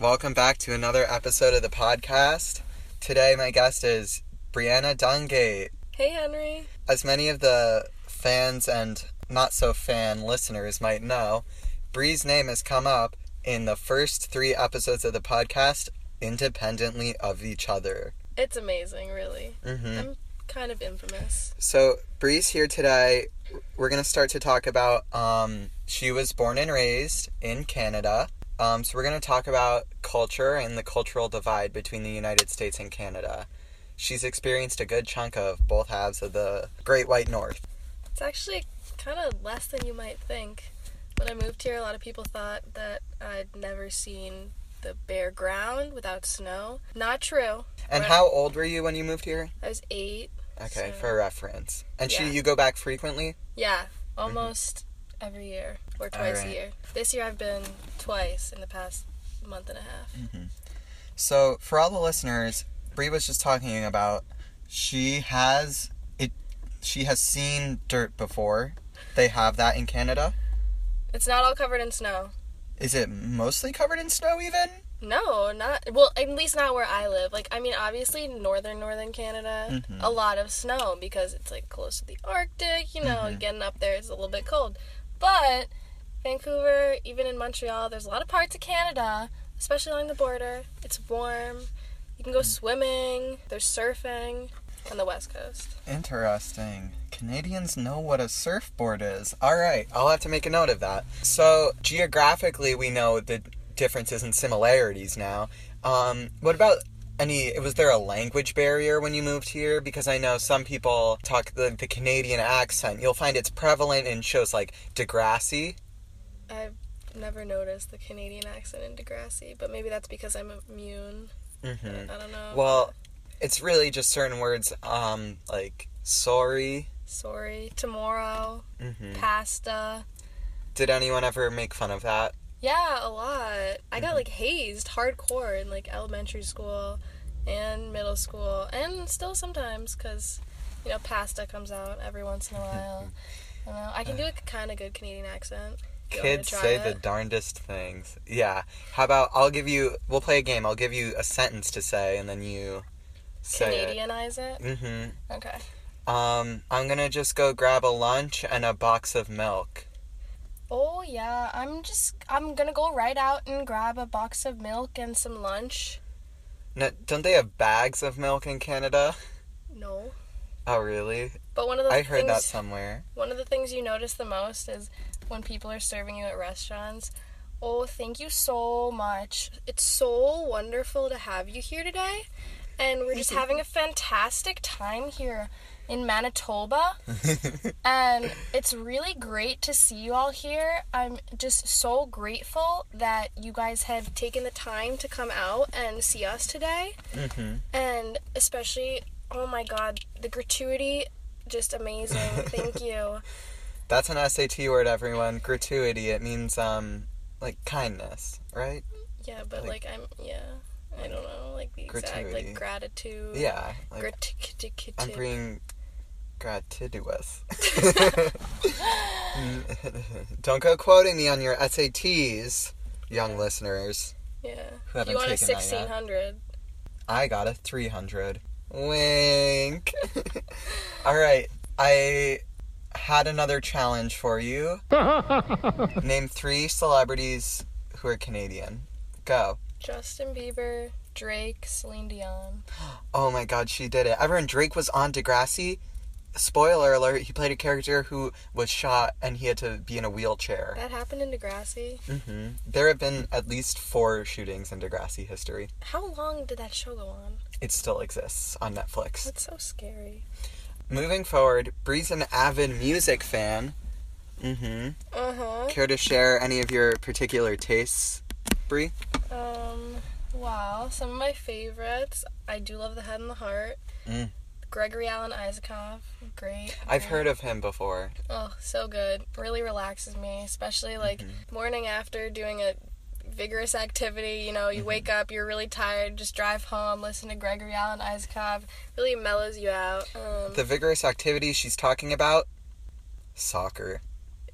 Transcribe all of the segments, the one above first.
welcome back to another episode of the podcast. Today, my guest is Brianna Dungate. Hey, Henry. As many of the fans and not so fan listeners might know, Bree's name has come up in the first three episodes of the podcast independently of each other. It's amazing, really. Mm-hmm. I'm kind of infamous. So Bree's here today. We're gonna start to talk about. Um, she was born and raised in Canada. Um, so we're gonna talk about culture and the cultural divide between the United States and Canada. She's experienced a good chunk of both halves of the Great White North. It's actually kind of less than you might think. When I moved here, a lot of people thought that I'd never seen the bare ground without snow. Not true. And Right. how old were you when you moved here? I was eight. Okay, So- for reference. And Yeah. she, you go back frequently. Yeah, almost every year or twice Alright. a year. This year I've been twice in the past month and a half. So, for all the listeners, Bree was just talking about she has it she has seen dirt before. They have that in Canada. It's not all covered in snow. Is it mostly covered in snow even? No, not well. At least not where I live. Like, I mean, obviously, northern northern Canada, Mhm. a lot of snow because it's like close to the Arctic. You know, getting up there is a little bit cold. But Vancouver, even in Montreal, there's a lot of parts of Canada, especially along the border. It's warm. You can go swimming. There's surfing on the west coast. Interesting. Canadians know what a surfboard is. All right, I'll have to make a note of that. So, geographically, we know the differences and similarities now. Um, what about any? Was there a language barrier when you moved here? Because I know some people talk the, the Canadian accent. You'll find it's prevalent in shows like Degrassi. I've never noticed the Canadian accent in Degrassi, but maybe that's because I'm immune. Mm-hmm. I don't know. Well, it's really just certain words um, like sorry. sorry. Tomorrow, hmm pasta. Did anyone ever make fun of that? Yeah, a lot. I Mm-hmm. got like hazed hardcore in like elementary school and middle school, and still sometimes because you know pasta comes out every once in a while. I don't know. I can do a kind of good Canadian accent. Do you want me Kids to try say the it? darndest things. Yeah. How about I'll give you? We'll play a game. I'll give you a sentence to say, and then you say Canadianize it. it. hmm Okay. Um, I'm gonna just go grab a lunch and a box of milk. Oh yeah, I'm just I'm gonna go right out and grab a box of milk and some lunch. No, don't they have bags of milk in Canada? No, Oh, really? but one of the I heard that things- somewhere. One of the things you notice the most is when people are serving you at restaurants. Oh, thank you so much. It's so wonderful to have you here today. And we're just having a fantastic time here in Manitoba. Mm-hmm. And it's really great to see you all here. I'm just so grateful that you guys have taken the time to come out and see us today hmm and especially oh my god the gratuity just amazing thank you That's an SAT word, everyone. Gratuity. It means um, like kindness, right? yeah but Like- like, i'm yeah i don't know like the exact Gratuity. like gratitude Yeah. Like, gratitude I'm being gratuitous. Don't go quoting me on your SATs, young listeners. yeah Who haven't you want a taken that yet. 1600 I got a 300. Wink. All right. I had another challenge for you. Name three celebrities who are Canadian. Go. justin bieber drake celine dion Oh my god, she did it. Everyone, Drake was on Degrassi. Spoiler alert, he played a character who was shot and he had to be in a wheelchair. that happened in degrassi hmm There have been at least four shootings in Degrassi history. how long did that show go on It still exists on Netflix. that's so scary Moving forward, Bree's an avid music fan. hmm uh-huh Care to share any of your particular tastes, Bree? Um, wow, some of my favorites. I do love The Head and the Heart. Mm. Gregory Allen Isakov, great. I've heard of him before. Oh, so good. Really relaxes me, especially like morning after doing a vigorous activity. You know, Mm-hmm. you wake up, you're really tired, just drive home, listen to Gregory Allen Isakov. Really mellows you out. Um, The vigorous activity she's talking about? Soccer.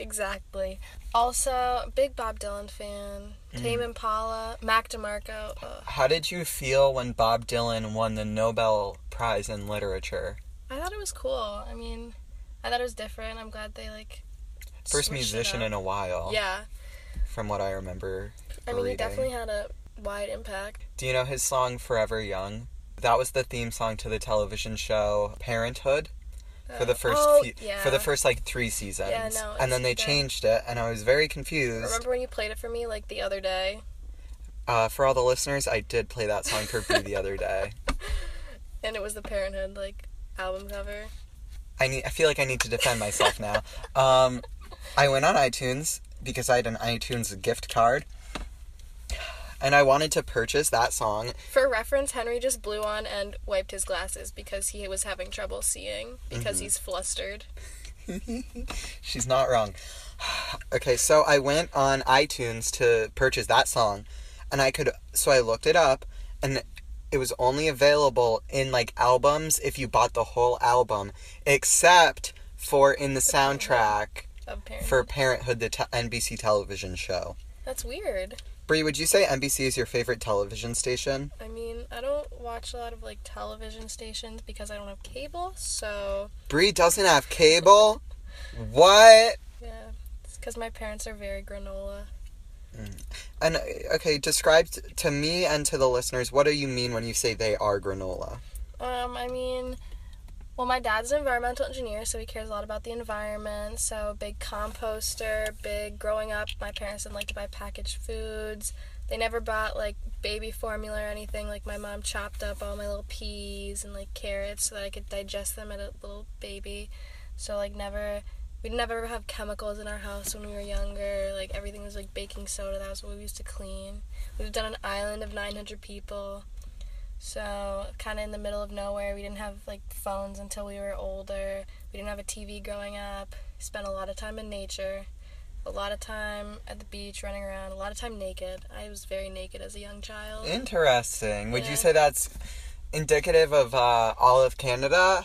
exactly. Also, big Bob Dylan fan. Mm. Tame Impala, Mac DeMarco. Ugh. How did you feel when Bob Dylan won the Nobel Prize in Literature? I thought it was cool. I mean, I thought it was different. I'm glad they like. First switched it musician up. in a while, Yeah, from what I remember. I mean, he reading. definitely had a wide impact. Do you know his song Forever Young? That was the theme song to the television show Parenthood for the Uh, first oh, few, yeah. for the first like 3 seasons. Yeah, no, and then it's they good. changed it and I was very confused. Remember when you played it for me like the other day? Uh, for all the listeners, I did play that song for Boo the other day. And it was the Parenthood like album cover. I need. I feel like I need to defend myself now. Um, I went on iTunes because I had an iTunes gift card, and I wanted to purchase that song. For reference, Henry just blew on and wiped his glasses because he was having trouble seeing because he's flustered. She's not wrong. okay, so I went on iTunes to purchase that song, and I could. So I looked it up, and it was only available in like albums if you bought the whole album, except for in the soundtrack. Of Parenthood. for Parenthood, the te- NBC television show. That's weird. Brie, would you say NBC is your favorite television station? I mean, I don't watch a lot of like television stations because I don't have cable, so Brie doesn't have cable. What? yeah. It's because my parents are very granola. And uh, okay, describe t- to me and to the listeners what do you mean when you say they are granola? Um, I mean, well, my dad's an environmental engineer, so he cares a lot about the environment. So, big composter, big growing up. My parents didn't like to buy packaged foods. They never bought like baby formula or anything. Like, my mom chopped up all my little peas and like carrots so that I could digest them as a little baby. So, like, never. We never have chemicals in our house when we were younger. Like everything was like baking soda. That was what we used to clean. We've done an island of 900 people. So, kind of in the middle of nowhere, we didn't have like phones until we were older. We didn't have a TV growing up. Spent a lot of time in nature, a lot of time at the beach running around, a lot of time naked. I was very naked as a young child. Interesting. Would Yeah. you say that's indicative of uh, all of Canada?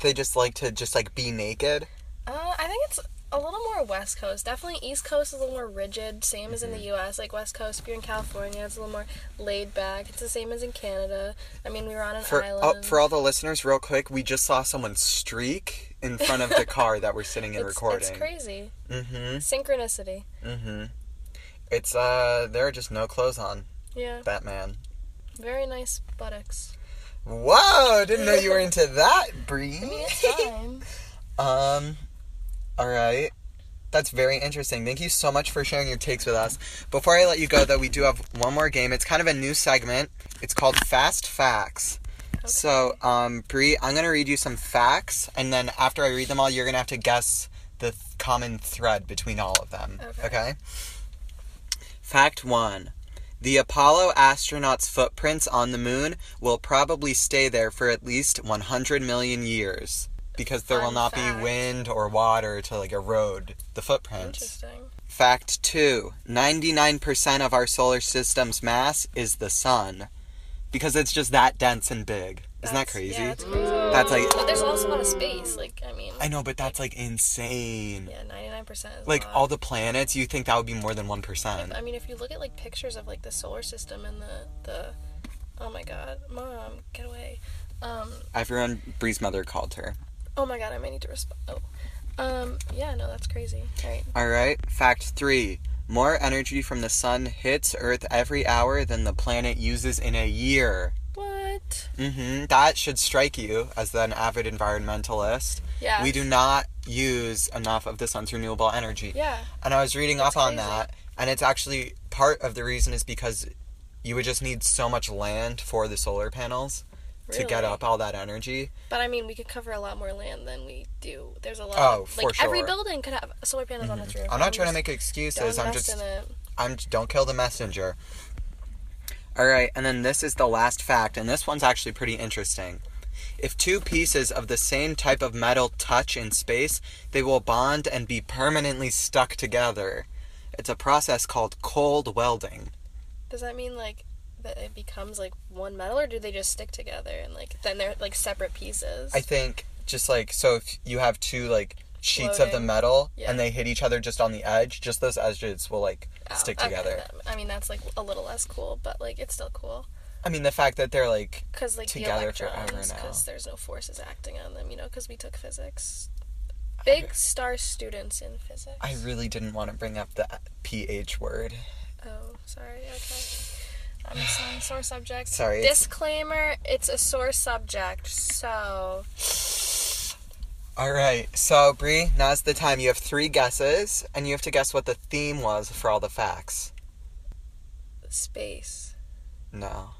They just like to just like be naked. Uh, I think it's a little more West Coast. Definitely East Coast is a little more rigid, same as in Mm-hmm. the US. Like West Coast, if you're in California, it's a little more laid back. It's the same as in Canada. I mean, we were on an For island. oh, for all the listeners, real quick, we just saw someone streak in front of the car that we're sitting in it's, recording. It's crazy. Mm-hmm. Synchronicity. Mm-hmm. It's uh there are just no clothes on Yeah. Batman. Very nice buttocks. Whoa, didn't know you were into that, Bree. I mean, it's fine. um all right. That's very interesting. Thank you so much for sharing your takes with us. Before I let you go though, we do have one more game. It's kind of a new segment. It's called Fast Facts. So, um, Bree, I'm gonna read you some facts, and then after I read them all, you're gonna have to guess the th- common thread between all of them. Okay. okay? Fact one: The Apollo astronauts' footprints on the moon will probably stay there for at least 100 million years because there will Fun not fact. be wind or water to like erode the footprints. Interesting. Fact two 99% of our solar system's mass is the sun because it's just that dense and big. Isn't that That's- crazy? Yeah, that's crazy. That's like, But there's also a lot of space. Like, I mean, I know, but that's like insane. yeah, 99% is Like a lot. all the planets, you think that would be more than 1%. I mean, if you look at like pictures of like the solar system and the the, oh my god, mom, get away. Um, Everyone, Bree's mother called her. oh my god, I may need to respond. Oh, um, yeah, no, that's crazy. All right, All right, fact three more energy from the sun hits Earth every hour than the planet uses in a year. what? hmm That should strike you as an avid environmentalist. Yeah, We do not use enough of the sun's renewable energy. Yeah, And I was reading That's up on crazy. that, and it's actually part of the reason is because you would just need so much land for the solar panels to get Really? up all that energy. but I mean, we could cover a lot more land than we do. There's a lot. Oh, of, for like every sure. Mm-hmm. building could have solar panels on its roof. I'm not trying to make excuses. Don't I'm invest just in it. I'm don't kill the messenger. All right, and then this is the last fact, and this one's actually pretty interesting. If two pieces of the same type of metal touch in space, they will bond and be permanently stuck together. It's a process called cold welding. Does that mean like that it becomes like one metal, or do they just stick together and like then they're like separate pieces? I think just like so if you have two like sheets of the Floating. metal Yeah. and they hit each other just on the edge, just those edges will like Oh, stick okay, together. that- I mean, that's like a little less cool, but like it's still cool I mean, the fact that they're like, because like the Together forever electrons, because now. there's no forces acting on them, you know, because we took physics. Big star students in physics. I really didn't want to bring up the pH word. Oh, sorry. Okay. I'm a sore subject. Sorry, it's- Disclaimer: It's a sore subject, so All right, so Brie, now's the time. You have three guesses, and you have to guess what the theme was for all the facts. space. No.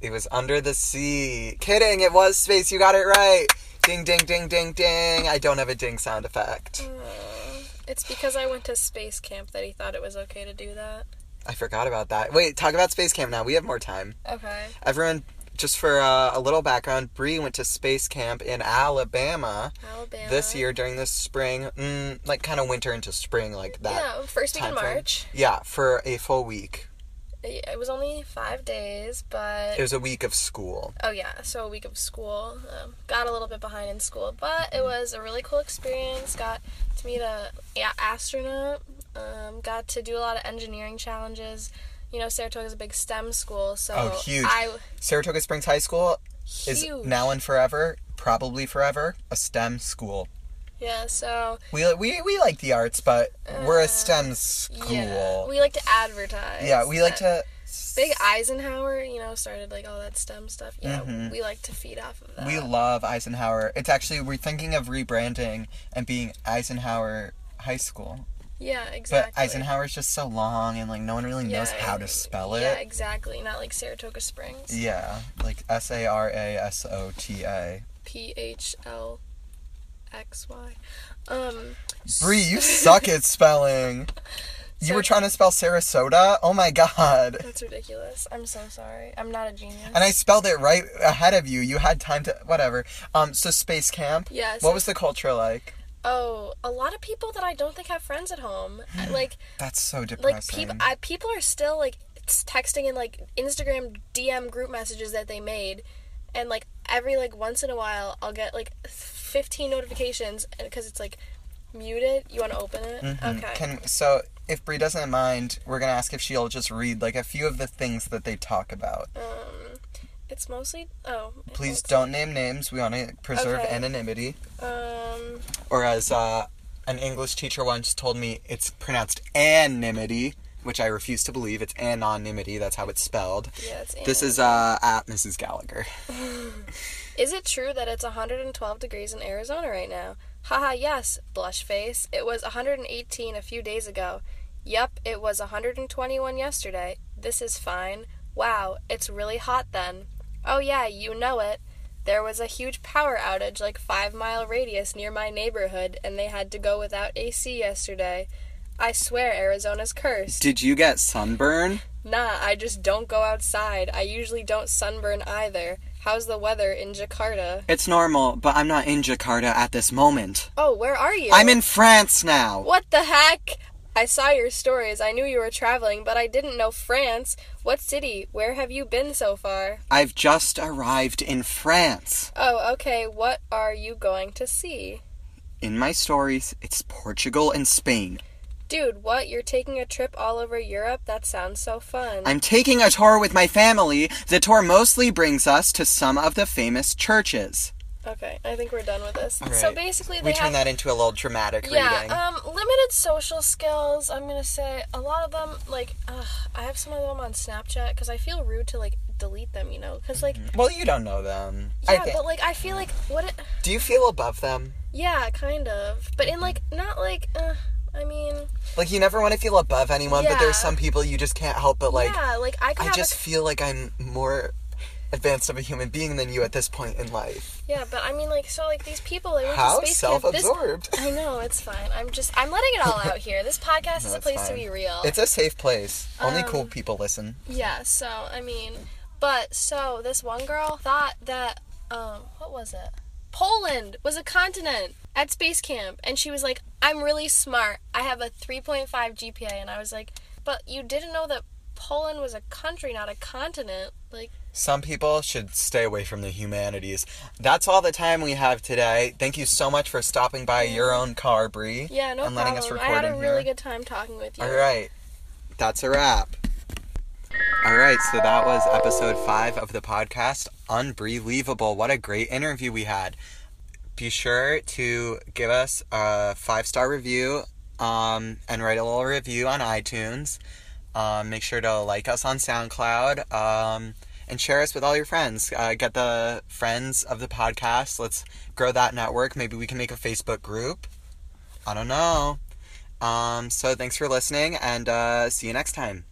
It was under the sea. Kidding, it was space. You got it right. Ding, ding, ding, ding, ding. I don't have a ding sound effect. Uh, it's because I went to space camp that he thought it was okay to do that. I forgot about that. Wait, talk about space camp now. We have more time. Okay. Everyone, just for uh, a little background, Bree went to space camp in Alabama Alabama. this year during the spring, mm, like kind of winter into spring, like that. Yeah, first week in time frame. March. Yeah, for a full week. It it was only five days, but It was a week of school. oh yeah, so a week of school. Um, got a little bit behind in school, but it was a really cool experience. Got to meet a yeah, astronaut. Um, got to do a lot of engineering challenges. You know, Saratoga is a big STEM school, so Oh, huge. I Saratoga Springs High School is huge. now and forever, probably forever, a STEM school. yeah, so We, we, we like the arts, but we're Uh, a STEM school. yeah, Yeah, we like to advertise. we, like that. to. Big Eisenhower, you know, started like all that STEM stuff. Yeah, Mhm. we like to feed off of that. We love Eisenhower. It's actually, we're thinking of rebranding and being Eisenhower High School. yeah, exactly. But Eisenhower's just so long and like no one really knows Yeah, how to spell Yeah, it. exactly. Not like Saratoga Springs. Yeah, like S A R A S O T A. P H L X Y. Um. Bree, you suck at spelling. You were trying to spell Sarasota? Oh my god. That's ridiculous. I'm so sorry. I'm not a genius. And I spelled it right ahead of you. You had time to whatever. Um so space camp. Yeah. so- What was the culture like? Oh, a lot of people that I don't think have friends at home. I- like, That's so like depressing. people. I people are still like s- texting in like Instagram DM group messages that they made, and like every like once in a while I'll get like 15 notifications because it's like muted. You want to open it? Mhm. Okay. Can so if Bree doesn't mind, we're gonna ask if she'll just read like a few of the things that they talk about. um, it's mostly oh. it- Please it's- don't name names. We want to preserve Okay. anonymity. Um. Or as uh, an English teacher once told me, it's pronounced anonymity, which I refuse to believe. It's anonymity. That's how it's spelled. Yeah, it's This is uh, at Mrs. Gallagher. Is it true that it's 112 degrees in Arizona right now? Haha, yes, blush face. It was 118 a few days ago. Yup, it was 121 yesterday. This is fine. Wow, it's really hot then. Oh yeah, you know it. There was a huge power outage like 5 mile radius near my neighborhood and they had to go without AC yesterday. I swear Arizona's cursed. Did you get sunburn? Nah, I just don't go outside. I usually don't sunburn either. How's the weather in Jakarta? It's normal, but I'm not in Jakarta at this moment. Oh, where are you? I'm in France now. What the heck? I saw your stories. I knew you were traveling, but I didn't know France. What city? Where have you been so far? I've just arrived in France. Oh, okay. What are you going to see? In my stories, it's Portugal and Spain. Dude, what? You're taking a trip all over Europe? That sounds so fun. I'm taking a tour with my family. The tour mostly brings us to some of the famous churches. Okay, I think we're done with this. All So right. basically, they We turn have that into a little dramatic yeah, reading. um, limited social skills. I'm gonna say a lot of them. Like, ugh, I have some of them on Snapchat because I feel rude to like delete them. You know, because like Well, you don't know them. Mm-hmm. I yeah, think. but like I feel like what. It, Do you feel above them? Yeah, kind of. But in like not like uh, I mean, Like you never want to feel above anyone, but there's Yeah. some people you just can't help but like. yeah, like I could I have just a, feel like I'm more advanced of a human being than you at this point in life. yeah, but I mean like so like these people they went How to space camp. This- self-absorbed. I know it's fine. I'm just I'm letting it all out here. This podcast is a it's place to fine. be real. It's a safe place. Only Um, cool people listen. yeah, so I mean, but so this one girl thought that um what was it? Poland was a continent at space camp and she was like, "I'm really smart. I have a 3.5 GPA." And I was like, "But you didn't know that Poland was a country, not a continent." Like Some people should stay away from the humanities. That's all the time we have today. Thank you so much for stopping by your own car, Bree. Yeah, no and problem. letting us I had record a in really here. good time talking with you. All right. that's a wrap. All right, so that was episode five of the podcast. Unbelievable. What a great interview we had. Be sure to give us a five star review um, and write a little review on iTunes. Um, make sure to like us on SoundCloud um, and share us with all your friends. Uh, get the friends of the podcast. Let's grow that network. Maybe we can make a Facebook group. I don't know. Um, so thanks for listening and uh, see you next time.